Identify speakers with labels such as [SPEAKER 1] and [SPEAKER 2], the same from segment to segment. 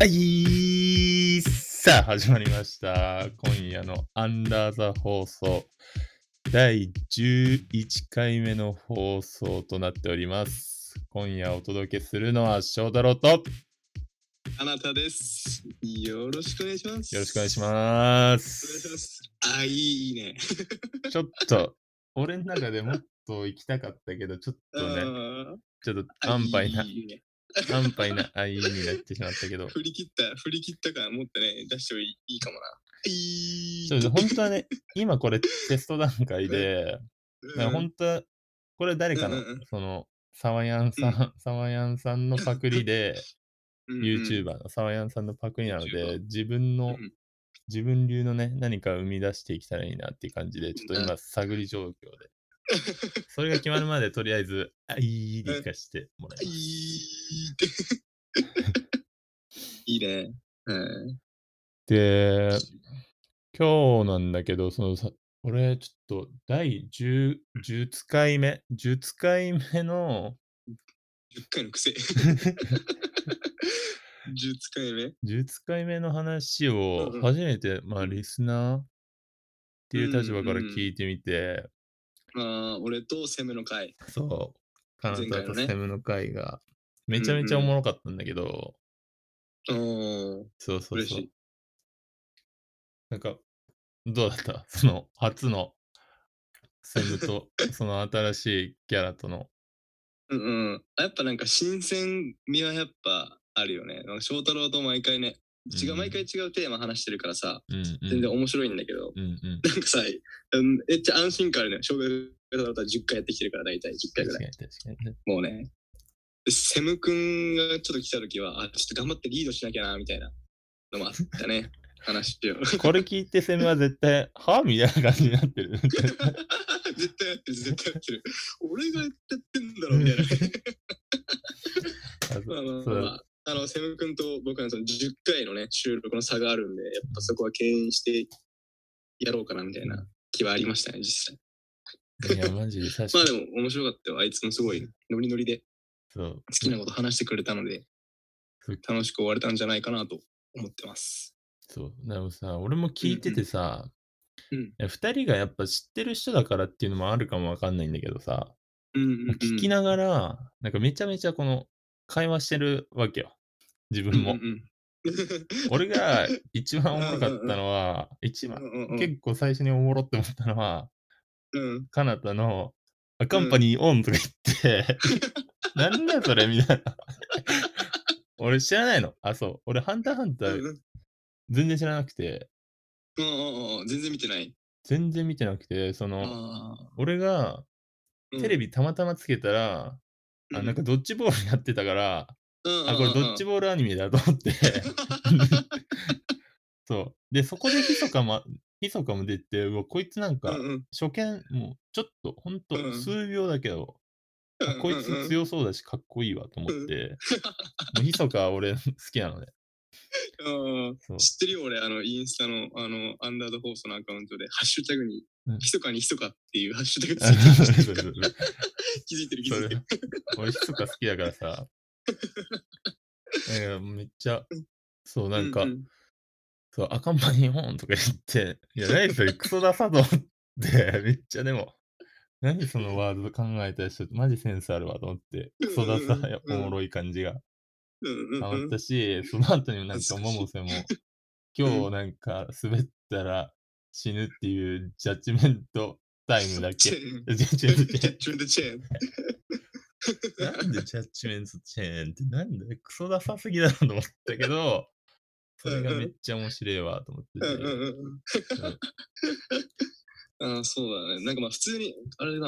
[SPEAKER 1] はい、さあ始まりました。今夜のアンダーザ放送第11回目の放送となっております。今夜お届けするのは翔太郎とよ
[SPEAKER 2] あなたです。よろしくお願いします。
[SPEAKER 1] ろしくお願いし
[SPEAKER 2] す。
[SPEAKER 1] ま。
[SPEAKER 2] お願いしますす。あ、いいね。
[SPEAKER 1] ちょっと俺の中でもっと行きたかったけど、ちょっと
[SPEAKER 2] あ
[SPEAKER 1] ね、
[SPEAKER 2] ー
[SPEAKER 1] ちょっと
[SPEAKER 2] あ
[SPEAKER 1] 安牌な、
[SPEAKER 2] いいね
[SPEAKER 1] 安牌な愛になってしまったけ ど、
[SPEAKER 2] 振り切った、振り切った感もっとね、出してもいいいいかもな。いい。
[SPEAKER 1] そうです本当はね、今これテスト段階で、だから
[SPEAKER 2] うん
[SPEAKER 1] 本当はこれ誰かの、
[SPEAKER 2] うんうんうん
[SPEAKER 1] そのサワヤンさん、 サワヤンさんのパクリで、
[SPEAKER 2] うんうん
[SPEAKER 1] YouTuber のサワヤンさんのパクリなので
[SPEAKER 2] YouTuber、
[SPEAKER 1] 自分
[SPEAKER 2] う
[SPEAKER 1] の、
[SPEAKER 2] ん
[SPEAKER 1] 自分流のね、何か生み出していけたらいいなっていう感じで、ちょっと
[SPEAKER 2] うん
[SPEAKER 1] 今、探り状況で、それが決まるまでとりあえず、あいいでかしてもらい
[SPEAKER 2] い
[SPEAKER 1] ます。
[SPEAKER 2] い。 いいね。うん
[SPEAKER 1] で、今日なんだけど、そのさ、俺、ちょっと、第10、10回目、10回目の、
[SPEAKER 2] 10回の 癖。10回目。
[SPEAKER 1] 10回目の話を
[SPEAKER 2] うんうん
[SPEAKER 1] 初めて、まあ、リスナーっていう立場から
[SPEAKER 2] うんうんうん
[SPEAKER 1] 聞いてみて、
[SPEAKER 2] ああ、俺と攻めの回。
[SPEAKER 1] そう、カナ
[SPEAKER 2] 前
[SPEAKER 1] ダ
[SPEAKER 2] 回
[SPEAKER 1] と
[SPEAKER 2] の
[SPEAKER 1] セ
[SPEAKER 2] ね
[SPEAKER 1] ムの会がめちゃめちゃおもろかったんだけど、
[SPEAKER 2] おー、
[SPEAKER 1] そうそう
[SPEAKER 2] 嬉
[SPEAKER 1] そ
[SPEAKER 2] し
[SPEAKER 1] う
[SPEAKER 2] い。。
[SPEAKER 1] なんか、どうだった その初のセムとその新しいキャラとの。
[SPEAKER 2] うんうん、あやっぱなんか新鮮味はやっぱあるよね。なんか翔太郎と毎回ね、違
[SPEAKER 1] う
[SPEAKER 2] う、
[SPEAKER 1] ん
[SPEAKER 2] 毎回違うテーマ話してるからさ、
[SPEAKER 1] うんうん、
[SPEAKER 2] 全然面白いんだけど、
[SPEAKER 1] うんうん。
[SPEAKER 2] なんかさ、うんめっちゃ安心感あるね。翔太郎とは10回やってきてるから、大体10回
[SPEAKER 1] 確
[SPEAKER 2] ぐ
[SPEAKER 1] から
[SPEAKER 2] い。
[SPEAKER 1] に確かにね。
[SPEAKER 2] もうね。でセム君がちょっと来た時は、あ、ちょっと頑張ってリードしなきゃな、みたいなのもあっ たね。話を。
[SPEAKER 1] これ聞いてセムは絶対、はみたいな感じになって る。
[SPEAKER 2] 絶対やってる、絶対やってる。俺がやってんだろ、みたいな。
[SPEAKER 1] あそ
[SPEAKER 2] まあまあ
[SPEAKER 1] そ
[SPEAKER 2] まあ
[SPEAKER 1] う
[SPEAKER 2] まあ、あの、セム君と僕はその10回のね、収録の差があるんで、やっぱそこは敬遠してやろうかなみたいな気はありましたね、実際。
[SPEAKER 1] いや、マジで確
[SPEAKER 2] ま
[SPEAKER 1] か
[SPEAKER 2] あ
[SPEAKER 1] に
[SPEAKER 2] で。も面白かったよ。あいつもすごいノリノリで
[SPEAKER 1] そう
[SPEAKER 2] 好きなこと話してくれたので
[SPEAKER 1] そう、
[SPEAKER 2] 楽しく終われたんじゃないかなと思ってます。
[SPEAKER 1] そう。でもさ、俺も聞いててさ、
[SPEAKER 2] うん
[SPEAKER 1] いや二人がやっぱ知ってる人だからっていうのもあるかもわかんないんだけどさ、
[SPEAKER 2] うんうん、うん。
[SPEAKER 1] 聞きながら、なんかめちゃめちゃこの会話してるわけよ。自
[SPEAKER 2] うん
[SPEAKER 1] 分
[SPEAKER 2] うん
[SPEAKER 1] も。
[SPEAKER 2] うん。
[SPEAKER 1] 俺が一番おもろかったのは、一番、
[SPEAKER 2] うんうんうん
[SPEAKER 1] 結構最初におもろって思ったのは、
[SPEAKER 2] うん、
[SPEAKER 1] カナタのアカンパニーオンとか言って、 なんだよそれみたいな。 俺知らないの。あ、そう。俺ハンターハンタ
[SPEAKER 2] うん
[SPEAKER 1] ー全然知らなくて、
[SPEAKER 2] うんうん全然見てない。
[SPEAKER 1] 全然見てなくて、その、
[SPEAKER 2] あ
[SPEAKER 1] 俺がテレビたまたまつけたら、あなんか、ドッジボールやってたから、あ、これドッジ
[SPEAKER 2] も。
[SPEAKER 1] ボールアニメだと思って、 そう。で、そこでひそかも、ひそかも出て、うわ、こいつなん
[SPEAKER 2] う
[SPEAKER 1] か、
[SPEAKER 2] んうん
[SPEAKER 1] 初見、もう、ちょっと、ほんと
[SPEAKER 2] う、ん
[SPEAKER 1] 数秒だけど、あこいつ強そうだし、かっこいいわと思って、もうひそかは俺好きなので、
[SPEAKER 2] うんうん
[SPEAKER 1] そう
[SPEAKER 2] 知ってるよ、俺、あの、インスタの、あの、アンダード放送のアカウントで、ハッシュタグに
[SPEAKER 1] うん、
[SPEAKER 2] ひそかにひそかっていうハッシュタグつ
[SPEAKER 1] そうそうそ
[SPEAKER 2] いてる
[SPEAKER 1] う
[SPEAKER 2] か
[SPEAKER 1] そ
[SPEAKER 2] ら
[SPEAKER 1] う。
[SPEAKER 2] 気づいてる、気
[SPEAKER 1] そ
[SPEAKER 2] づいて
[SPEAKER 1] れ
[SPEAKER 2] る。
[SPEAKER 1] 俺、ひそか好きだから さ、だからめっちゃ、そう、なんか、
[SPEAKER 2] うう
[SPEAKER 1] そう、赤ん坊日本とか言って、いや、何それクソダサと思って、 めっちゃでも、何そのワード考えた人、マジセンスあるわと思って、クソダ
[SPEAKER 2] うんうんう
[SPEAKER 1] サ、
[SPEAKER 2] ん
[SPEAKER 1] やっぱおもろい感じが
[SPEAKER 2] うん
[SPEAKER 1] ハ
[SPEAKER 2] う
[SPEAKER 1] マ
[SPEAKER 2] んう
[SPEAKER 1] っ
[SPEAKER 2] ん
[SPEAKER 1] たし、 その後にもなんか、
[SPEAKER 2] 懐か
[SPEAKER 1] 百
[SPEAKER 2] しい
[SPEAKER 1] 瀬も、今日なんか、滑ったら死ぬっていうジャッジメントタイムだっ
[SPEAKER 2] チェ
[SPEAKER 1] け。
[SPEAKER 2] ーン。
[SPEAKER 1] ジャッジ
[SPEAKER 2] チ
[SPEAKER 1] メ
[SPEAKER 2] ェ
[SPEAKER 1] ントチェ
[SPEAKER 2] ーンチェ
[SPEAKER 1] ーン。
[SPEAKER 2] ーン。
[SPEAKER 1] なんでジャッジメントチェーンって、なんでクソダサすぎだなと思ったけど、それがめっちゃ面白いわと思って
[SPEAKER 2] うんう
[SPEAKER 1] て。
[SPEAKER 2] んうんああ、そうだね。なんかまあ、普通に、あれだ、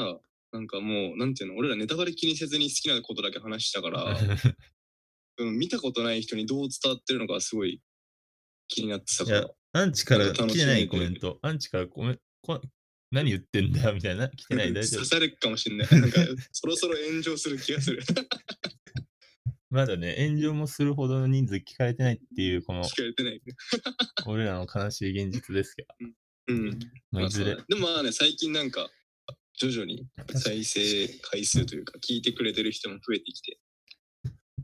[SPEAKER 2] なんかもう、なんていうの、俺らネタバレ気にせずに好きなことだけ話し たから、うん見たことない人にどう伝わってるのか、すごい気になってたか
[SPEAKER 1] いや
[SPEAKER 2] ら。
[SPEAKER 1] アンチから来
[SPEAKER 2] 楽してみ
[SPEAKER 1] ない
[SPEAKER 2] に
[SPEAKER 1] コメント。アンチからコメこ何言ってんだよみたい な。来てない、大丈夫
[SPEAKER 2] 刺。されるかもしれない。なんか、そろそろ炎上する気 がする。
[SPEAKER 1] まだね、炎上もするほどの人数聞かれてないっていう、この
[SPEAKER 2] 聞かれてない。
[SPEAKER 1] 俺らの悲しい現実ですけど、
[SPEAKER 2] うん。
[SPEAKER 1] まあ、
[SPEAKER 2] ま
[SPEAKER 1] い
[SPEAKER 2] あそ
[SPEAKER 1] ず
[SPEAKER 2] うだ
[SPEAKER 1] れ
[SPEAKER 2] ね。でもまあね、最近なんか、徐々に再生回数というか、聞いてくれてる人も増えてきて、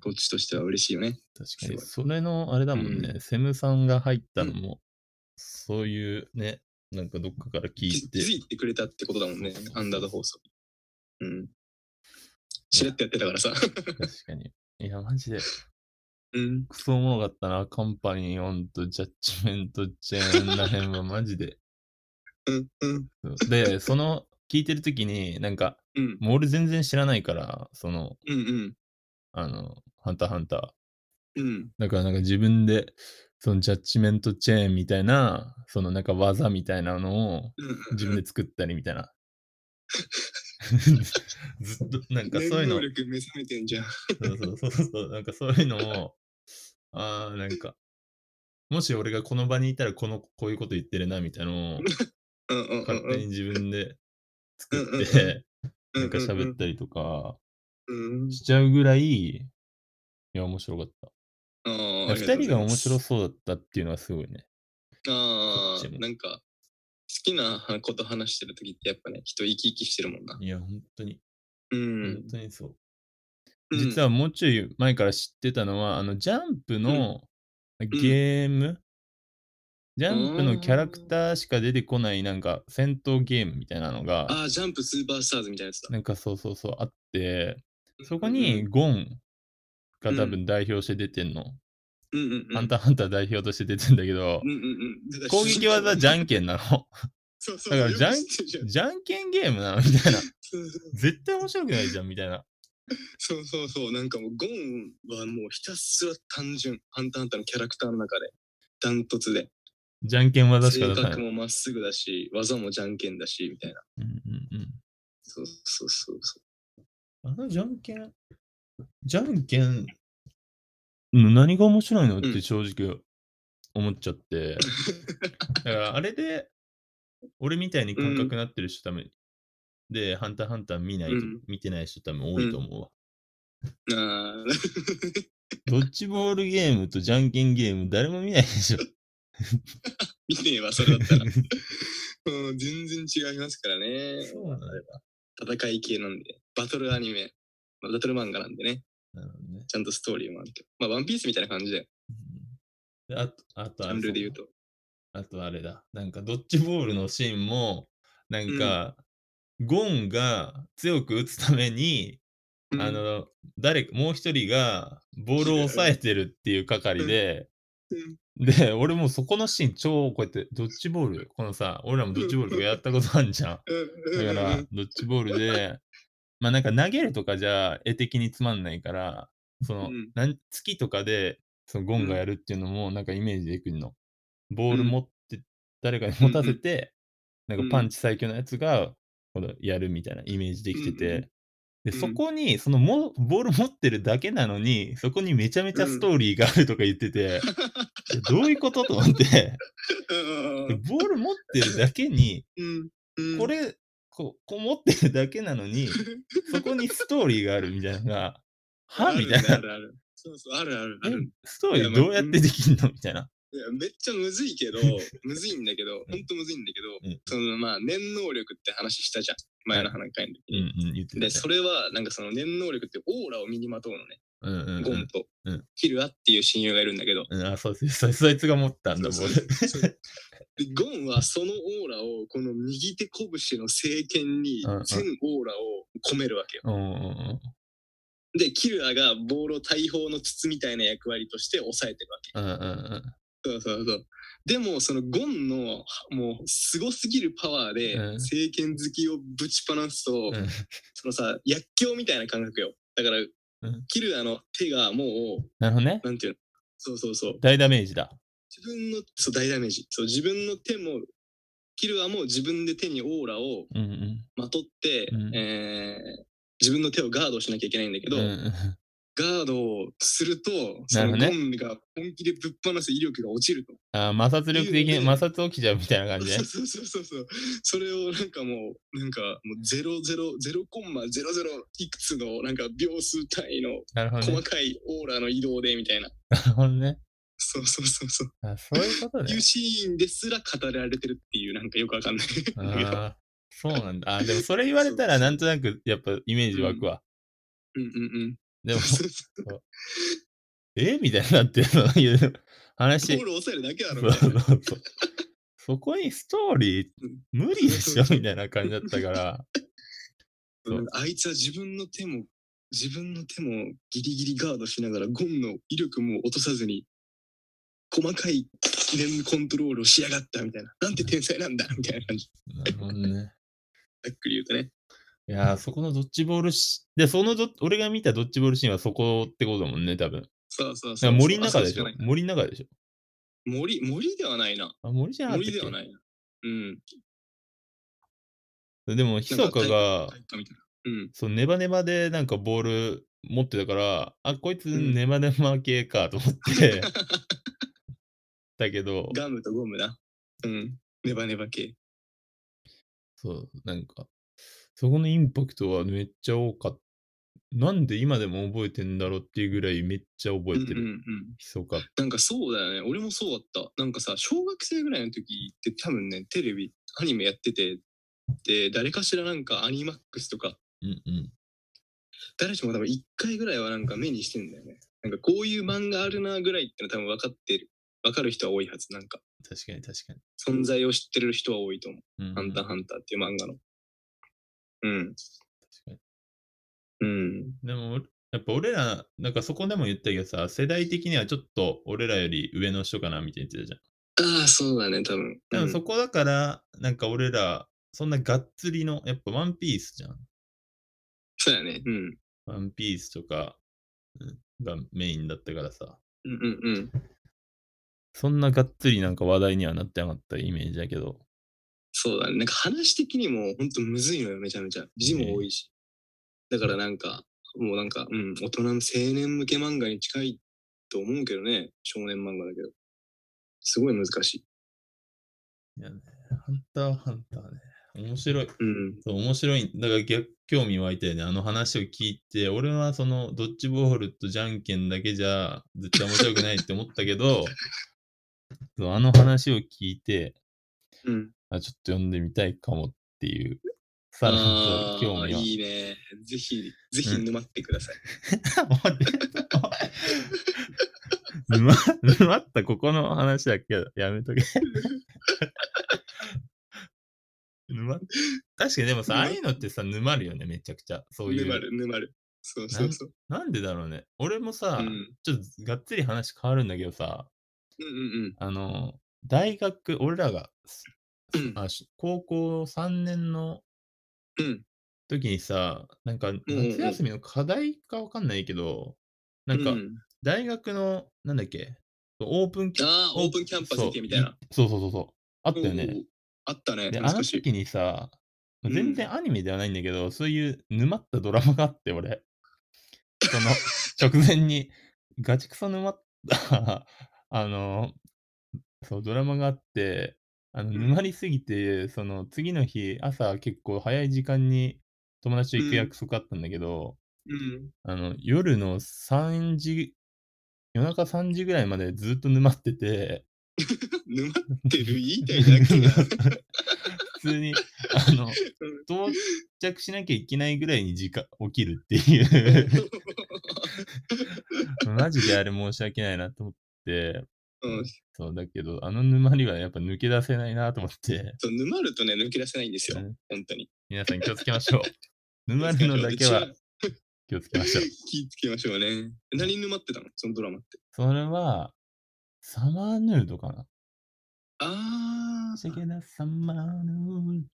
[SPEAKER 2] こっちとしては嬉しいよね。
[SPEAKER 1] 確かに、
[SPEAKER 2] す
[SPEAKER 1] それのあれだもんね、
[SPEAKER 2] う
[SPEAKER 1] セムさんが入ったのも、そういうね、なんかどっかから聞
[SPEAKER 2] 気
[SPEAKER 1] い
[SPEAKER 2] 気
[SPEAKER 1] て、
[SPEAKER 2] づいてくれたってことだもんね
[SPEAKER 1] そうそうそ、う
[SPEAKER 2] アンダーザ放送。うん。しれっとやってたからさ。
[SPEAKER 1] 確かに。いや、マジで、
[SPEAKER 2] うん。
[SPEAKER 1] クソおもろかったな、カンパニーオンとジャッジメントチェーンら辺はマジで。
[SPEAKER 2] うん。うん。
[SPEAKER 1] そうで、その、聞いてるときに、なんか、
[SPEAKER 2] うん。
[SPEAKER 1] もう俺全然知らないから、その、
[SPEAKER 2] うん。うん。
[SPEAKER 1] あの、ハンターハンター。
[SPEAKER 2] うん。
[SPEAKER 1] だからなんか自分で、そのジャッジメントチェーンみたいな、そのなんか技みたいなのを
[SPEAKER 2] うん
[SPEAKER 1] 自分で作ったりみた いな。ずっと、なんかそういうの
[SPEAKER 2] 能、力目覚めてんじゃん。
[SPEAKER 1] そうそうそうそうそう、なんかそういうのを、ああ、なんか、もし俺がこの場にいたらこの、こういうこと言ってるなみたいなのを、
[SPEAKER 2] うんうんうん
[SPEAKER 1] 勝手に自分で作っ
[SPEAKER 2] うんうん
[SPEAKER 1] て、
[SPEAKER 2] うん。
[SPEAKER 1] なんか
[SPEAKER 2] うんう
[SPEAKER 1] 喋
[SPEAKER 2] ん
[SPEAKER 1] ったりとか
[SPEAKER 2] うん。
[SPEAKER 1] しちゃうぐらい、いや、面白かった。
[SPEAKER 2] あーありと
[SPEAKER 1] 2
[SPEAKER 2] うござい
[SPEAKER 1] 人が
[SPEAKER 2] ま
[SPEAKER 1] 面
[SPEAKER 2] す
[SPEAKER 1] 白そうだったっていうのはすごいね。
[SPEAKER 2] あ
[SPEAKER 1] こっち
[SPEAKER 2] あ、
[SPEAKER 1] も
[SPEAKER 2] なんか、好きなこと話してるときってやっぱね、人生き生きしてるもんな。
[SPEAKER 1] いや、本当に、
[SPEAKER 2] う
[SPEAKER 1] 本
[SPEAKER 2] ん。
[SPEAKER 1] 当にそう。実はもうちょい前から知ってたのは、あの、ジャンプのゲーム、ジャンプのキャラクターしか出てこない、なんか戦闘ゲームみたいなのが、
[SPEAKER 2] ああ、ジャンプスーパースターズみたいなやつだ。
[SPEAKER 1] なんかそうそうそうあって、そこにゴンが多分代表して出てんの。
[SPEAKER 2] うんうんうん、
[SPEAKER 1] ハンターハンター代表として出てんだけど
[SPEAKER 2] うん、うんうん、
[SPEAKER 1] 攻撃 技じゃんけんなの。
[SPEAKER 2] そうそう
[SPEAKER 1] だから
[SPEAKER 2] よく
[SPEAKER 1] ジャン
[SPEAKER 2] 知ってるじゃん
[SPEAKER 1] じゃんけんゲームなのみたいな。
[SPEAKER 2] そうそう
[SPEAKER 1] 絶対面白くないじゃんみたいな。
[SPEAKER 2] そうそうそう、なんかもうゴンはもうひたすら単純、ハンターハンターのキャラクターの中で、ダントツで、
[SPEAKER 1] じゃんけん技しか
[SPEAKER 2] 性
[SPEAKER 1] 出さない
[SPEAKER 2] 格。もまっすぐだし、技もじゃんけんだし、みたいな。
[SPEAKER 1] うんうんうん
[SPEAKER 2] そうそうそうそ
[SPEAKER 1] あのじゃんけん、じゃんけん、うん何が面白いのっ
[SPEAKER 2] う
[SPEAKER 1] て
[SPEAKER 2] ん
[SPEAKER 1] 正直思っちゃって。だからあれで、俺みたいに感覚なってる人多分、で、ハンターハンター見ないと、
[SPEAKER 2] うん
[SPEAKER 1] 見てない人多分多いと思うわ。
[SPEAKER 2] う。あー
[SPEAKER 1] ドッジボールゲームとじゃんけんゲーム誰も見ないでしょ。
[SPEAKER 2] 見ねえわ、それだった ら。うん、全然違いますからね。
[SPEAKER 1] そうなんだ
[SPEAKER 2] 戦い系なんで、バトルアニメ、まあバトル漫画なんでね、
[SPEAKER 1] なるほどね。
[SPEAKER 2] ちゃんとストーリーもあるけど、まあ、ワンピースみたいな感じで、
[SPEAKER 1] うんであと、あ
[SPEAKER 2] ジ
[SPEAKER 1] とあ
[SPEAKER 2] ャン
[SPEAKER 1] れ
[SPEAKER 2] ルで言うと。
[SPEAKER 1] あとあれだ。なんかドッジボールのシーンも、なんか、ゴンが強く打つために、
[SPEAKER 2] うん
[SPEAKER 1] あ、の、誰か、もう一人がボールを押さえてるっていう係で、
[SPEAKER 2] うん
[SPEAKER 1] で、俺もそこのシーン超こうやって、ドッジボール、このさ、俺らもドッジボールとかやったことあんじゃん。だか
[SPEAKER 2] だ
[SPEAKER 1] ら、ドッジボールで、まあなんか投げるとかじゃ絵的につまんないから、その、
[SPEAKER 2] うん
[SPEAKER 1] なん月とかで、そのゴンがやるっていうのもなんかイメージできるの。ボール持って、誰かに持たせて、
[SPEAKER 2] ん
[SPEAKER 1] なんかパンチ最強のやつが、このやるみたいなイメージできて
[SPEAKER 2] うん
[SPEAKER 1] て、で、
[SPEAKER 2] うん
[SPEAKER 1] そこに、そのも、ボール持ってるだけなのに、そこにめちゃめちゃストーリーがあるとか言って て、いやどういうことと思って、ボール持ってるだけに、これ、こう、こう持ってるだけなのに、そこにストーリーがあるみたいなのが、はみたい
[SPEAKER 2] あ
[SPEAKER 1] な。
[SPEAKER 2] るある。そうそう、あるあるあ
[SPEAKER 1] え
[SPEAKER 2] る。
[SPEAKER 1] ストーリーどうやってできんのみたいな。
[SPEAKER 2] いやめっちゃむずい けど、むずいんだけど、ほんとむずいんだけど、
[SPEAKER 1] うん
[SPEAKER 2] そのまあ、念能力って話したじゃん。前の話会の時
[SPEAKER 1] うん
[SPEAKER 2] に。
[SPEAKER 1] うん、言って
[SPEAKER 2] で、
[SPEAKER 1] た
[SPEAKER 2] それは、なんかその念能力ってオーラを身にまとうのね。
[SPEAKER 1] うんうん
[SPEAKER 2] ゴンと
[SPEAKER 1] うん、
[SPEAKER 2] キルアっていう親友がいるん だけど、
[SPEAKER 1] うん。あ、そうです。そそいつが持ったんだ、ボ
[SPEAKER 2] そう
[SPEAKER 1] ー
[SPEAKER 2] そう
[SPEAKER 1] ル。
[SPEAKER 2] そうでゴンはそのオーラをこの右手拳の聖剣に
[SPEAKER 1] うんうん
[SPEAKER 2] 全オーラを込めるわけよ。
[SPEAKER 1] うんうん
[SPEAKER 2] でキルアがボールを大砲の筒みたいな役割として抑えてるわ
[SPEAKER 1] うんうんうん
[SPEAKER 2] け。そうそうそう。でもそのゴンのもうすごすぎるパワー
[SPEAKER 1] う
[SPEAKER 2] で
[SPEAKER 1] ん
[SPEAKER 2] 聖剣好きをぶち放すと、
[SPEAKER 1] うんうん
[SPEAKER 2] そのさ薬莢みたいな感覚よ。だから、
[SPEAKER 1] ん
[SPEAKER 2] キルアの手がもう
[SPEAKER 1] なるほどね。
[SPEAKER 2] なんていうのそうそうそう
[SPEAKER 1] 大ダメージだ。
[SPEAKER 2] 自分のそう大ダメージそう自分の手もキルアも自分で手にオーラを
[SPEAKER 1] うんうん。
[SPEAKER 2] まとって、
[SPEAKER 1] うん
[SPEAKER 2] えー自分の手をガードしなきゃいけないんだけど、
[SPEAKER 1] うんうん
[SPEAKER 2] ガードをすると
[SPEAKER 1] な
[SPEAKER 2] そ
[SPEAKER 1] る
[SPEAKER 2] の
[SPEAKER 1] ほ
[SPEAKER 2] ゴ
[SPEAKER 1] どね
[SPEAKER 2] ンが本気でぶっ放す威力が落ちると。
[SPEAKER 1] あー摩擦力的に
[SPEAKER 2] いいよね
[SPEAKER 1] 摩擦起きちゃうみたいな感じね
[SPEAKER 2] そう。 そうそうそうそう。それをなんかもうなんかもうゼロゼロゼロコンマゼロゼロいくつのなんか秒数単位の
[SPEAKER 1] なるほどね
[SPEAKER 2] 細。かいオーラの移動でみたいな。
[SPEAKER 1] なるほどね。
[SPEAKER 2] そうそうそうそう。
[SPEAKER 1] あそういうこと ね
[SPEAKER 2] いう。シーンですら語られてるっていうなんかよくわかんない。
[SPEAKER 1] あーそうなんだ。あ、でもそれ言われたらなんとなくやっぱイメージ湧くわ。
[SPEAKER 2] うんうんうん。
[SPEAKER 1] でも、 えみたいになってるの いやでも話。
[SPEAKER 2] ゴール抑えるだけだろ
[SPEAKER 1] そう
[SPEAKER 2] みた
[SPEAKER 1] そ
[SPEAKER 2] いな。
[SPEAKER 1] うそうそこにストーリー無理でしょみたいな感じだったから。そう
[SPEAKER 2] うんあいつは自分の手も、自分の手もギリギリガードしながら、ゴムの威力も落とさずに、細かいレンコントロールをしやがったみたいな。なんて天才なんだみたいな感じ。
[SPEAKER 1] なるほどね。
[SPEAKER 2] ざっくり言うとね。
[SPEAKER 1] いやー、そこのドッジボールし、で、そのドッ俺が見たドッジボールシーンはそこってことだもんね、多分。だ
[SPEAKER 2] そうそう
[SPEAKER 1] か
[SPEAKER 2] そう
[SPEAKER 1] ら森の中でし
[SPEAKER 2] あ
[SPEAKER 1] ょ
[SPEAKER 2] そうしかない
[SPEAKER 1] 森の中でしょ
[SPEAKER 2] 森、森ではないな。
[SPEAKER 1] あ、森じゃなかったっ
[SPEAKER 2] 森
[SPEAKER 1] け
[SPEAKER 2] ではないな。うん。
[SPEAKER 1] でも、ひそかが、
[SPEAKER 2] 体育館みたいなうん。
[SPEAKER 1] そう、ネバネバでなんかボール持ってたから、あ、こいつ
[SPEAKER 2] ん
[SPEAKER 1] ネバネバ系かと思 って、だけど、
[SPEAKER 2] ガムとゴムな。うん。ネバネバ系。
[SPEAKER 1] そう、なんか、そこのインパクトはめっちゃ多かった。なんで今でも覚えてんだろうっていうぐらいめっちゃ覚えて
[SPEAKER 2] うんう
[SPEAKER 1] る。
[SPEAKER 2] んうん。
[SPEAKER 1] ひそか。
[SPEAKER 2] なんかそうだよね。俺もそうだった。なんかさ、小学生ぐらいの時って多分ね、テレビ、アニメやってて、で、誰かしらなんかアニマックスとか、
[SPEAKER 1] うんうん。
[SPEAKER 2] 誰しも多分一回ぐらいはなんか目にしてんだよね。なんかこういう漫画あるなぐらいってのは多分分かってる。分かる人は多いはず。なんか、
[SPEAKER 1] 確かに確かに。
[SPEAKER 2] 存在を知ってる人は多いと思う。
[SPEAKER 1] うん
[SPEAKER 2] ハンターハンターっていう漫画の。うん。
[SPEAKER 1] 確かに
[SPEAKER 2] うん。
[SPEAKER 1] でも、やっぱ俺ら、なんかそこでも言ったけどさ、世代的にはちょっと俺らより上の人かなみたいに言ってたじゃん。
[SPEAKER 2] ああ、そうだね、多分。
[SPEAKER 1] でもそ
[SPEAKER 2] うん
[SPEAKER 1] こだから、なんか俺ら、そんながっつりの、やっぱワンピースじゃん。
[SPEAKER 2] そうやね。うん。
[SPEAKER 1] ワンピースとかうんがメインだったからさ、
[SPEAKER 2] うんうんうん。
[SPEAKER 1] そんながっつりなんか話題にはなってなかったイメージだけど、
[SPEAKER 2] そうだね。なんか話的にも本当むずいのよ、めちゃめちゃ。字も多いし。だからなんか、もうなんか、うん、大人の青年向け漫画に近いと思うけどね。少年漫画だけど。すごい難しい。
[SPEAKER 1] いやね、ハンターハンターね、面白い。
[SPEAKER 2] うん。
[SPEAKER 1] そう面白い。だから逆興味湧いたよね。あの話を聞いて、俺はそのドッジボールとじゃんけんだけじゃ絶対面白くないって思ったけど、 そうあの話を聞いて、
[SPEAKER 2] うん。
[SPEAKER 1] あ、ちょっと読んでみたいかもっていう、さら
[SPEAKER 2] あ
[SPEAKER 1] にそう興
[SPEAKER 2] あ、
[SPEAKER 1] 味は。
[SPEAKER 2] いいね。ぜひ、ぜひ沼ってください。
[SPEAKER 1] おいおい沼沼ったここの話だけどやめとけ。沼っ確かにでもさ、ああいうのってさ、沼るよね、めちゃくちゃ。そういう。
[SPEAKER 2] 沼る、沼る。そうそうそう。
[SPEAKER 1] なんでだろうね。俺もさ、
[SPEAKER 2] うん。うん
[SPEAKER 1] ちょっとがっつり話変わるんだけどさ、
[SPEAKER 2] うん
[SPEAKER 1] あの、大学、俺らが、す
[SPEAKER 2] うん。うん。
[SPEAKER 1] あし高校3年の
[SPEAKER 2] うん。
[SPEAKER 1] 時にさ、なんか
[SPEAKER 2] うんうん
[SPEAKER 1] 夏休みの課題かわかんないけど、なん
[SPEAKER 2] う
[SPEAKER 1] か大学の、なんだっけ、オープンキャン
[SPEAKER 2] ああ、オープンキャンパス行けみたいな。。
[SPEAKER 1] そうそうそうそうそう。あったよ
[SPEAKER 2] う
[SPEAKER 1] ね。
[SPEAKER 2] ん。あったね。
[SPEAKER 1] で、あ
[SPEAKER 2] 懐
[SPEAKER 1] の
[SPEAKER 2] かしい。
[SPEAKER 1] 時にさ、
[SPEAKER 2] うん
[SPEAKER 1] 全然アニメではないんだけど、そういう沼ったドラマがあって、俺。 その、直前に、ガチクソ沼った、 あの、そう、ドラマがあって、あの、
[SPEAKER 2] ん
[SPEAKER 1] 沼りすぎて、その、次の日、朝結構早い時間に友達と行く約束あったんだけど、
[SPEAKER 2] うん。
[SPEAKER 1] あの、夜の3時、夜中3時ぐらいまでずっと沼ってて、
[SPEAKER 2] 沼ってる言いたいだけだ。
[SPEAKER 1] 普通に、あ の、到着しなきゃいけないぐらいに時間、起きるって いう。マジであれ申し訳ないなと思って、
[SPEAKER 2] うん、
[SPEAKER 1] そうだけど、あの沼にはやっぱ抜け出せないなと思って、
[SPEAKER 2] そう沼るとね、抜け出せないんですよ、
[SPEAKER 1] うん
[SPEAKER 2] 本当に。
[SPEAKER 1] 皆さん気をつけま しょう。沼るのだけは気をつけましょう。
[SPEAKER 2] 気ぃつけましょうね。何に沼ってたのそのドラマって。
[SPEAKER 1] それは、サマーヌードかな。
[SPEAKER 2] あ
[SPEAKER 1] シ
[SPEAKER 2] ー。
[SPEAKER 1] ゲダサマーヌード。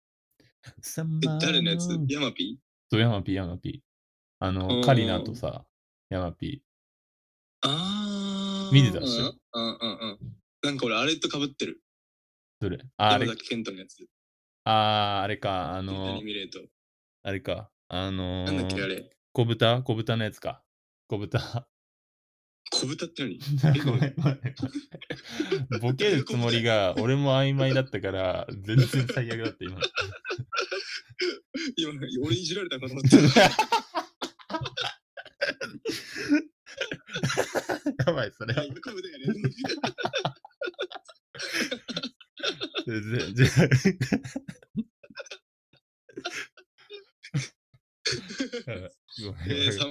[SPEAKER 1] サマーヌ
[SPEAKER 2] え
[SPEAKER 1] ード。
[SPEAKER 2] 誰のやつヤマピ
[SPEAKER 1] そうヤマピー、ヤマピー。あ
[SPEAKER 2] う
[SPEAKER 1] の、
[SPEAKER 2] ん
[SPEAKER 1] カリナとさ、ヤマピ
[SPEAKER 2] あー。
[SPEAKER 1] 見てたでしょ
[SPEAKER 2] うんうんうんうん。なんか俺、あれと被ってる。
[SPEAKER 1] ー。どれああれ
[SPEAKER 2] 山、崎健人のやつ。
[SPEAKER 1] あーあれか、あの
[SPEAKER 2] 何、見れと。
[SPEAKER 1] あれか、あの
[SPEAKER 2] なんだっけ、あ
[SPEAKER 1] ー、
[SPEAKER 2] れ。
[SPEAKER 1] 小豚小豚のやつか。小豚。
[SPEAKER 2] 小豚って何
[SPEAKER 1] ごめんごめんボケるつもりが、俺も曖昧だったから、全然最悪だった、 今。
[SPEAKER 2] 今、俺いじられたか と思って。
[SPEAKER 1] やばい、それ。
[SPEAKER 2] 小豚やね。
[SPEAKER 1] 全然全然ごめんごめん
[SPEAKER 2] えー、サ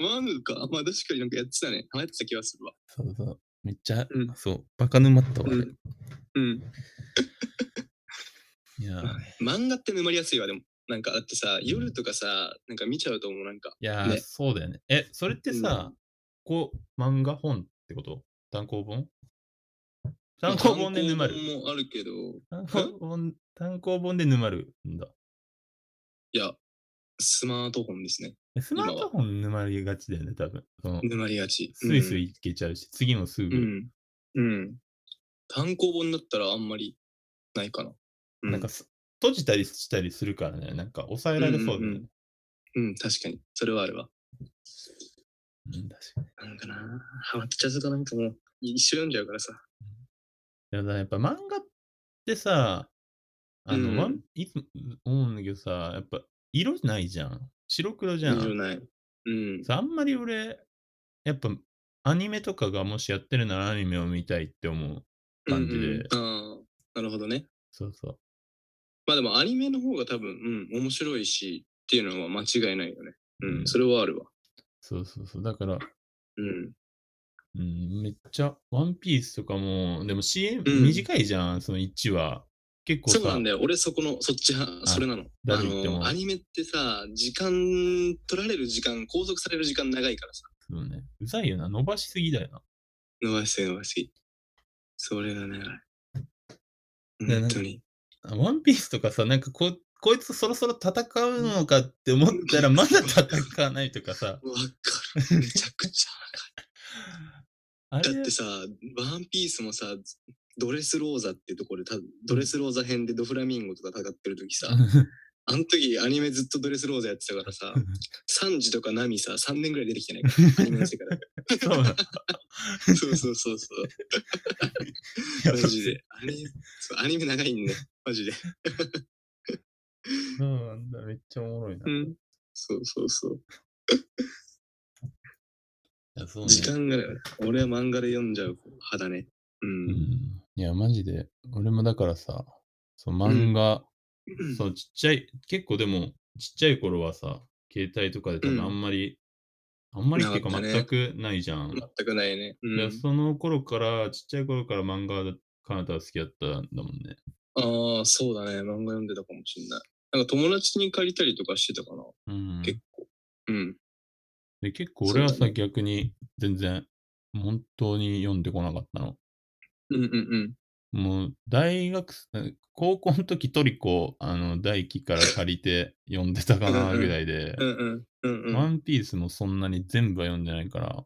[SPEAKER 2] マーヌードまあ確かになんかやってたね。流行ってた気がするわ。
[SPEAKER 1] そうそう。めっちゃ、
[SPEAKER 2] うん
[SPEAKER 1] そう、バカ沼ったわ、あれ
[SPEAKER 2] うんうん。
[SPEAKER 1] いやー、
[SPEAKER 2] まあ漫画って沼りやすいわ、でも。なんかだってさ、夜とかさ、なんか見ちゃうと思う、なんか。
[SPEAKER 1] いやー、
[SPEAKER 2] ね
[SPEAKER 1] そうだよね。え、それってさ、こう、漫画本ってこと単行本単行本で沼る。
[SPEAKER 2] 単行本もあるけど、
[SPEAKER 1] 単行本、単行本で沼るんだ。
[SPEAKER 2] いや、スマートフォンですね。
[SPEAKER 1] えスマートフォン沼りがちだよね、多分。その
[SPEAKER 2] 沼りがち。
[SPEAKER 1] スイスイいけちゃうし、次もすぐ、
[SPEAKER 2] うん。うん。うん。単行本だったらあんまりないかな。うん、
[SPEAKER 1] なんかす閉じたりしたりするからね、なんか抑えられそうだよね。
[SPEAKER 2] うんうんうんうん、確かに。それはあるわ。
[SPEAKER 1] うん確かに
[SPEAKER 2] なんかな、ハマっちゃうとなんかもう、一生読んじゃうからさ。
[SPEAKER 1] でもさやっぱ漫画ってさ、あの、
[SPEAKER 2] うん
[SPEAKER 1] ワンいつも思うんだけどさ、やっぱ色ないじゃん。白黒じゃ
[SPEAKER 2] 面白
[SPEAKER 1] ん。
[SPEAKER 2] ない。うん。
[SPEAKER 1] さあんまり俺、やっぱアニメとかがもしやってるならアニメを見たいって思う。感じで
[SPEAKER 2] うんうんああ、なるほどね。
[SPEAKER 1] そうそう。
[SPEAKER 2] まあでもアニメの方が多分、うん、面白いしっていうのは間違いないよね。う
[SPEAKER 1] うん
[SPEAKER 2] ん、それはあるわ。
[SPEAKER 1] そうそうそう。だから、
[SPEAKER 2] うん。
[SPEAKER 1] うん、めっちゃ、ワンピースとかも、でも CM
[SPEAKER 2] うん
[SPEAKER 1] 短いじゃん、その1話。結構さ、
[SPEAKER 2] そうなんだよ。俺そこの、そっち派、それなの。
[SPEAKER 1] だ
[SPEAKER 2] あ
[SPEAKER 1] って言っても
[SPEAKER 2] の、アニメってさ、時間、取られる時間、拘束される時間長いからさ、
[SPEAKER 1] そうね、うざいよな、伸ばしすぎだよな。
[SPEAKER 2] 伸ばして伸ばして。それが長い。
[SPEAKER 1] ねなん
[SPEAKER 2] 本
[SPEAKER 1] か
[SPEAKER 2] 当に。
[SPEAKER 1] あワンピースとかさ、なんかここいつそろそろ戦うのかって思ったらまだ戦わないとかさ、
[SPEAKER 2] わかる。めちゃくちゃ
[SPEAKER 1] あれ
[SPEAKER 2] だってさ、ワンピースもさ、ドレスローザっていうところで、たドレスローザ編でドフラミンゴと戦ってる時さ、あの時アニメずっとドレスローザやってたからさ、サンジとかナミさ、3年ぐらい出てきてない から、アニメの世界だか
[SPEAKER 1] そうなの
[SPEAKER 2] らそうそうそうそう、マジで。アニメそうアニメ長いんね、マジで。
[SPEAKER 1] そうなんだ、めっちゃおもろいな
[SPEAKER 2] う。ん。そうそうそう。
[SPEAKER 1] いやそうね
[SPEAKER 2] 時間が、俺は漫画で読んじゃう派だね。うん
[SPEAKER 1] う。んいや、マジで、俺もだからさ、そう漫画、そうちっちゃい、結構でも、ちっちゃい頃はさ、携帯とかで多
[SPEAKER 2] うん
[SPEAKER 1] 分あんまり、あんまりっていうか
[SPEAKER 2] なかった
[SPEAKER 1] 全
[SPEAKER 2] ね
[SPEAKER 1] くないじゃん。
[SPEAKER 2] 全くないね。う
[SPEAKER 1] いや
[SPEAKER 2] ん、
[SPEAKER 1] その頃から、ちっちゃい頃から漫画だ、カナタは好きだったんだもんね。
[SPEAKER 2] ああ、そうだね。漫画読んでたかもしんない。なんか友達に借りたりとかしてたか
[SPEAKER 1] う
[SPEAKER 2] な。
[SPEAKER 1] ん、
[SPEAKER 2] 結構。うん。
[SPEAKER 1] で結構俺は
[SPEAKER 2] そうだ
[SPEAKER 1] さ、逆に全然本当に読んでこなかったの。
[SPEAKER 2] うんうん
[SPEAKER 1] もう大学生、高校の時トリコ、あの、大輝から借りて読んでたかなぐらいで
[SPEAKER 2] う、ん。うんうん。うんう
[SPEAKER 1] ワ
[SPEAKER 2] ん。
[SPEAKER 1] ンピースもそんなに全部は読んでないから、